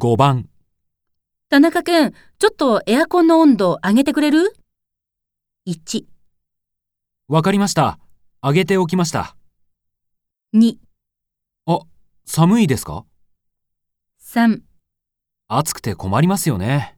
5番、田中くん、ちょっとエアコンの温度上げてくれる ?1、わかりました。上げておきました。 2、寒いですか3暑くて困りますよね。